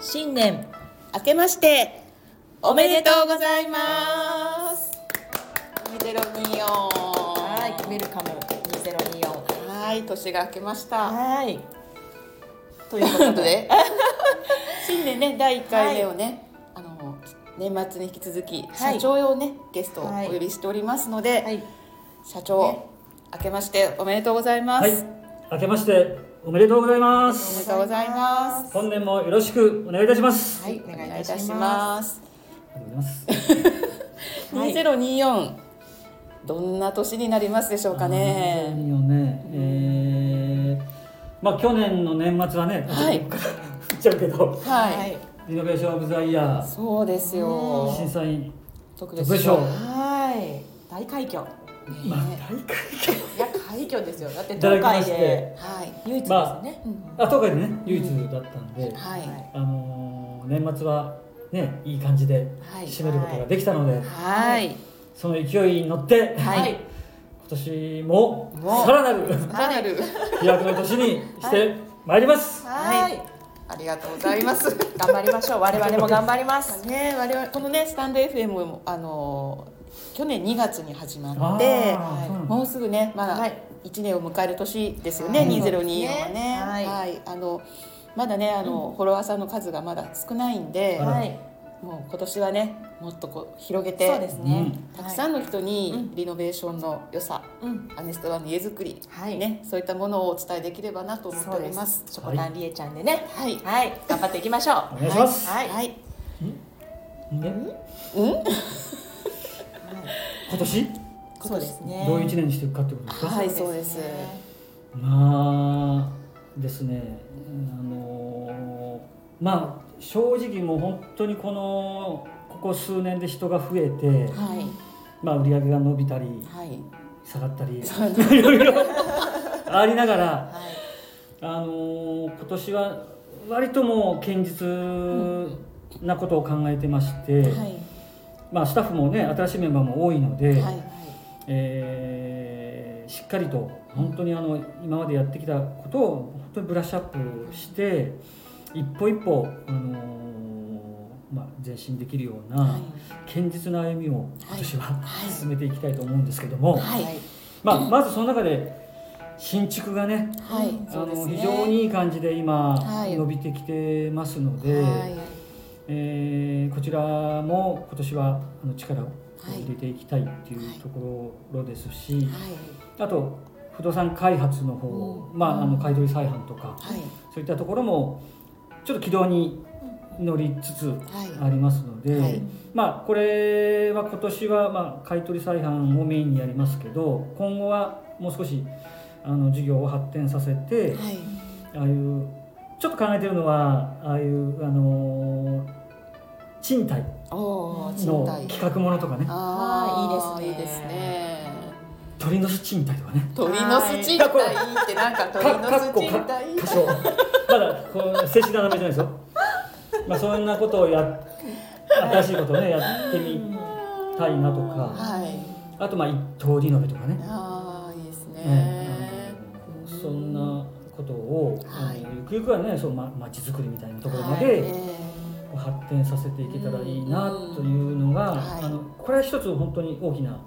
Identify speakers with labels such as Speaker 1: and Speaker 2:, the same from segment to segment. Speaker 1: 新年
Speaker 2: 明けましておめでとうございます。2024
Speaker 1: はいウ
Speaker 2: は
Speaker 1: ェルカム2024
Speaker 2: い、年が明けました。
Speaker 1: はい
Speaker 2: ということで、 新年ね第一回目をね、あの年末に引き続き、
Speaker 1: はい
Speaker 2: 社長をねゲストを
Speaker 1: はい
Speaker 2: お呼びしておりますので、
Speaker 1: はい
Speaker 2: 社長、明けましておめでとうございます。
Speaker 3: はい、明けましておめでとうございま。
Speaker 2: おめですとうございます。
Speaker 3: 本年もよろしくお願いいたします。あ
Speaker 2: はい、お願いいたし
Speaker 1: お願
Speaker 2: ます。
Speaker 3: りがとうございます。
Speaker 1: は
Speaker 2: 2024
Speaker 1: い
Speaker 2: どんな年になりますでしょうかね。
Speaker 3: いいよね。えーまあ去年の年末はね、
Speaker 2: はい
Speaker 3: 言っちゃうけど、
Speaker 2: はい、
Speaker 3: リノベーションオブザイヤー
Speaker 2: そうですよ。
Speaker 3: 審査員、
Speaker 2: 特
Speaker 3: 特別賞
Speaker 1: はい大快挙
Speaker 3: まあ大会
Speaker 1: いや快挙ですよだって
Speaker 3: いただ
Speaker 1: 東
Speaker 3: きま
Speaker 1: 海
Speaker 3: して
Speaker 1: で
Speaker 2: はい。
Speaker 1: 唯一です
Speaker 3: ま
Speaker 1: ね、
Speaker 3: あ東海でね唯一だったんで、
Speaker 2: はい。
Speaker 3: あのー年末はねいい感じで
Speaker 2: はい
Speaker 3: 締めることができたので、
Speaker 2: はい。
Speaker 3: その勢いに乗って、
Speaker 2: は
Speaker 3: 今
Speaker 2: い
Speaker 3: 年も
Speaker 2: もう
Speaker 3: さらなる。
Speaker 2: さらなる。
Speaker 3: 飛躍の年にしてまいります。
Speaker 1: は
Speaker 2: はいいありがとうございます。
Speaker 1: 頑張りましょう我々も頑張ります
Speaker 2: ね、我々このねスタンド FM もあのー去年2月に始まって、
Speaker 3: あーそうなんだ
Speaker 2: もうすぐねま
Speaker 1: は
Speaker 2: だ
Speaker 1: い
Speaker 2: 1年を迎える年ですよね、
Speaker 1: はい
Speaker 2: 2024はね。
Speaker 1: はい
Speaker 2: はい。あのまだねあの、フォロワーさんの数がまだ少ないんで、
Speaker 3: あら
Speaker 1: はい
Speaker 2: もう今年はねもっとこう広げて、
Speaker 1: そうですね、
Speaker 2: たくさんの人にリノベーションの良さ、
Speaker 1: うん
Speaker 2: アネストワの家づくり、
Speaker 1: はい
Speaker 2: ね、そういったものをお伝えできればなと思って
Speaker 1: そ
Speaker 2: お
Speaker 1: うで
Speaker 2: りますす。
Speaker 1: チョコタンリエちゃんでね
Speaker 2: はい、
Speaker 1: はい頑張っていきましょう
Speaker 3: お願いします
Speaker 1: はいはい
Speaker 2: はい、
Speaker 3: ね
Speaker 2: うん、
Speaker 3: 今年
Speaker 1: そうですね
Speaker 3: どういう一年にしていくかってことですか。
Speaker 2: はいそうです
Speaker 3: まあですね、あのーまあ正直もう本当にこのここ数年で人が増えて、
Speaker 2: はい、
Speaker 3: まあ売り上げが伸びたり
Speaker 2: はい、
Speaker 3: 下がったり、いろいろありながら、
Speaker 2: はい、
Speaker 3: あのー今年は割ともう堅実なことを考えてまして、
Speaker 2: はい、
Speaker 3: まあスタッフもね新しいメンバーも多いので。
Speaker 2: はい、
Speaker 3: えーしっかりと本当にあの今までやってきたことを本当にブラッシュアップして一歩一歩、あのーまあ、前進できるような
Speaker 2: はい
Speaker 3: 堅実な歩みを今年は、
Speaker 2: い
Speaker 3: 進めていきたいと思うんですけども、
Speaker 2: はい、はい、
Speaker 3: まあ、まずその中で新築がね
Speaker 2: はい、
Speaker 3: あ
Speaker 2: そうです
Speaker 3: の
Speaker 2: ね
Speaker 3: 非常にいい感じで今
Speaker 2: はい
Speaker 3: 伸びてきてますので、
Speaker 2: はい、
Speaker 3: えーこちらも今年はあの力を
Speaker 2: はい
Speaker 3: 入れていきたいっていうところですし、
Speaker 2: は
Speaker 3: あと不動産開発の方、
Speaker 2: う
Speaker 3: まあ、あの買い取り再販とか、
Speaker 2: い、はい、
Speaker 3: そういったところもちょっと軌道に乗りつつ
Speaker 2: はい、
Speaker 3: ありますので、
Speaker 2: はい
Speaker 3: まあ、これは今年は、まあ、買い取り再販をメインにやりますけど今後はもう少しあの事業を発展させ
Speaker 2: は
Speaker 3: て、
Speaker 2: い、
Speaker 3: ああいうちょっと考えてるのはああいう、あのー賃貸
Speaker 2: おお、賃
Speaker 3: の
Speaker 2: 貸。
Speaker 3: 企画ものとかね
Speaker 2: ああ、
Speaker 1: はいい
Speaker 2: い
Speaker 1: い
Speaker 2: で
Speaker 1: い
Speaker 2: すね。
Speaker 1: ですね
Speaker 3: 鳥の巣賃貸とかね。
Speaker 2: 鳥の巣賃貸ってなんか鳥
Speaker 3: かかっ
Speaker 2: の巣
Speaker 3: こ
Speaker 2: 賃
Speaker 3: か
Speaker 2: 貸。
Speaker 3: 箇所まだこう正式な名前じゃないですよまあそんなことをや新しいことをねやってみたいなとか
Speaker 2: はい。
Speaker 3: あとまあ一等リノベとかね
Speaker 2: ああ、いいですね。
Speaker 3: ねあのそんなことを、
Speaker 2: はい
Speaker 3: あのゆくゆくはねそうま町づくりみたいなところま
Speaker 2: え
Speaker 3: で
Speaker 2: え
Speaker 3: 発展させていけたらいいなというのが、
Speaker 2: うんはい
Speaker 3: あのこれは一つ本当に大きな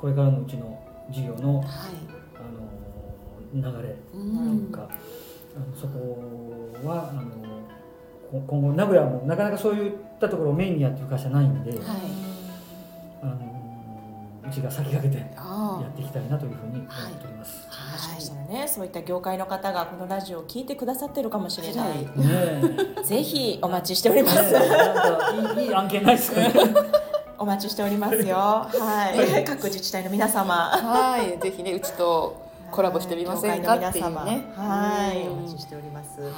Speaker 3: これからのうちの事業の
Speaker 2: はい。
Speaker 3: あの流れ
Speaker 2: う
Speaker 3: というか、あのそこはあのこ今後名古屋もなかなかそういったところをメインにやってる会社ないんで、
Speaker 2: はい。
Speaker 3: あのうちが先駆けてや
Speaker 2: あ
Speaker 3: っていきたいなというふうに思っております。
Speaker 2: あ。
Speaker 1: もし
Speaker 2: は
Speaker 1: かした
Speaker 2: い。
Speaker 1: らねそういった業界の方がこのラジオを聞いてくださってるかもしれない
Speaker 3: ねえ、ね
Speaker 1: ぜひお待ちしており
Speaker 3: え
Speaker 1: ます
Speaker 3: なんかいいいい案件ないですかね。
Speaker 1: お待ちしておりますよはい各自治体の皆様
Speaker 2: はい、ぜひね、うちとコラボしてみませんかっていう
Speaker 1: 業界
Speaker 2: ね。
Speaker 1: の皆様はいお
Speaker 2: うん
Speaker 1: 待ちしております
Speaker 2: はい、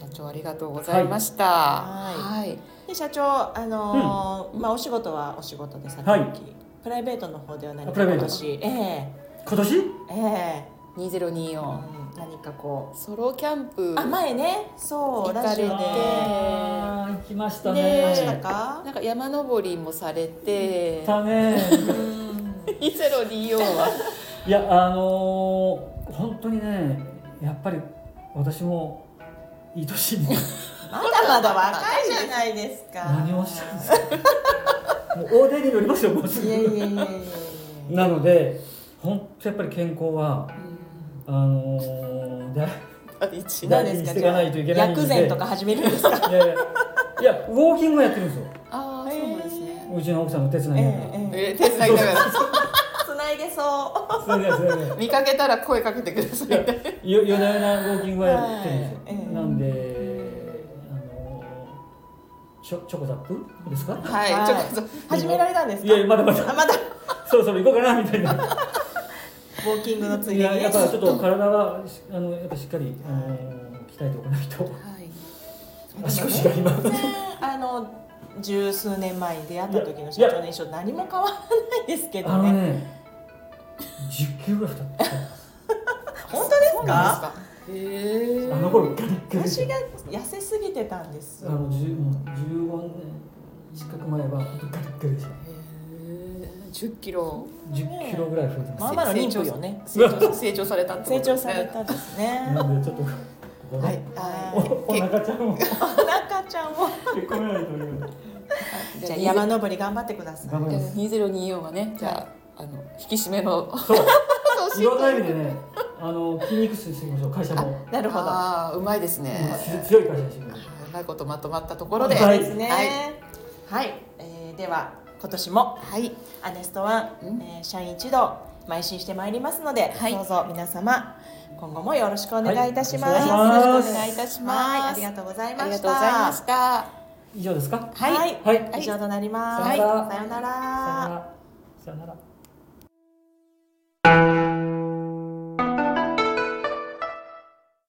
Speaker 2: 社長ありがとうございました。は。
Speaker 1: はいで社長あのーまあお仕事はお仕事でさっき、
Speaker 3: はい
Speaker 1: プライベートの方では何
Speaker 3: プ
Speaker 1: か
Speaker 3: ライベ
Speaker 1: 今
Speaker 3: ート
Speaker 1: 年ええ
Speaker 3: 今年？
Speaker 1: ええ
Speaker 2: 二ゼロ二
Speaker 1: う
Speaker 2: 四。
Speaker 1: ん何かこ
Speaker 2: ソロキャンプ。
Speaker 1: うあ前ねそう
Speaker 2: 行
Speaker 1: ラ
Speaker 2: か
Speaker 1: ジ
Speaker 2: れて
Speaker 1: オで
Speaker 3: あー行きましたね。
Speaker 2: ねえ
Speaker 1: 行きましたか
Speaker 2: なんか山登りもされて
Speaker 3: 行っ。たね。
Speaker 2: 二ゼロ二四は。
Speaker 3: いやあのー本当にねやっぱり私もいい年に
Speaker 1: まだまだ若いじゃないですか。
Speaker 3: 何をおっしゃるんですかもう大台に乗りますよもうす
Speaker 1: いやいやい
Speaker 3: ぐ
Speaker 1: やいやいや。
Speaker 3: なので本当やっぱり健康は
Speaker 1: うん
Speaker 3: あのー、だ
Speaker 2: あ一
Speaker 1: ど
Speaker 2: 番
Speaker 1: うですか
Speaker 3: していかないといけないんで
Speaker 1: 薬膳とか始めるん ですか。
Speaker 3: いやいやいやウォーキングをやってるんですよ
Speaker 2: ああそうなんですね。
Speaker 3: うちの奥さんの手伝いながら、
Speaker 1: えええ
Speaker 2: え手伝いながら
Speaker 1: 繋いでそう。
Speaker 3: それでそれで
Speaker 2: 見かけたら声かけてくださいね。
Speaker 3: よ夜な夜なウォーキングはやってるんですよ、
Speaker 1: はいええ
Speaker 3: なんであのチョチョコザップですか
Speaker 2: はい
Speaker 1: はい
Speaker 2: ちょっと
Speaker 1: 始められたんですか。
Speaker 3: いやいやまだまだ
Speaker 1: あまだ
Speaker 3: そろそろ行こうかなみたいな
Speaker 1: ウォーキングのつい
Speaker 3: い
Speaker 1: で
Speaker 3: や
Speaker 1: に
Speaker 3: や
Speaker 1: ね
Speaker 3: っ。ぱちょっと体はあのやっぱしっかり、あの鍛えておかないと
Speaker 2: はい。
Speaker 3: 足腰が今
Speaker 1: 全然あの十数年前に出会った時の社長の印象何も変わらないですけ
Speaker 3: あ
Speaker 1: ど
Speaker 3: の
Speaker 1: ね。
Speaker 3: ね10キロぐらい太ってた
Speaker 1: 本当ですか。
Speaker 2: そうなんですか。へえ。
Speaker 3: あの頃ガリッガリ
Speaker 1: 私が痩せすぎてたんです
Speaker 3: あ。の10もう15年近く前は本当ガリッガリでした
Speaker 2: 十キロ
Speaker 3: 10キロぐらい増えて
Speaker 1: まあ
Speaker 3: ま
Speaker 1: まあの妊婦よね。
Speaker 2: 成長成長されたってこ
Speaker 1: 成
Speaker 2: とですね
Speaker 1: 長されたです
Speaker 3: す
Speaker 1: ね。
Speaker 3: なんでちょっとここ
Speaker 1: は
Speaker 3: で
Speaker 1: い
Speaker 2: は
Speaker 3: お
Speaker 1: は
Speaker 3: お腹ちゃんも
Speaker 1: い。お腹ちゃんも。
Speaker 3: 結婚やりという
Speaker 1: じゃあ山登り頑張ってください。
Speaker 3: 頑張ります
Speaker 2: 二ゼロ二四はねじゃああの引き締めの
Speaker 3: そう
Speaker 2: 年
Speaker 3: いろんな意味でねあの筋肉質にしていきましょう会社も
Speaker 1: なるほど。
Speaker 2: ああうまいですね。
Speaker 3: うん強い会社にしていきましょう
Speaker 2: うまいことまとまったところで
Speaker 3: は
Speaker 2: はいい
Speaker 1: ですね。はい、えーでは今年も
Speaker 2: はい
Speaker 1: アネストワン、
Speaker 2: うん
Speaker 1: えー社員一同邁進してまいりますので、
Speaker 2: はい
Speaker 1: どうぞ皆様今後もよろしくお願いいたします。
Speaker 3: はいよろしくお願
Speaker 2: いいたします
Speaker 1: はい、ありがとうございました。
Speaker 2: ありがとうございました。
Speaker 3: 以上ですか
Speaker 1: はい、
Speaker 3: はい
Speaker 1: 以上となります。
Speaker 3: はい
Speaker 1: さようなら。
Speaker 3: さよならさよなら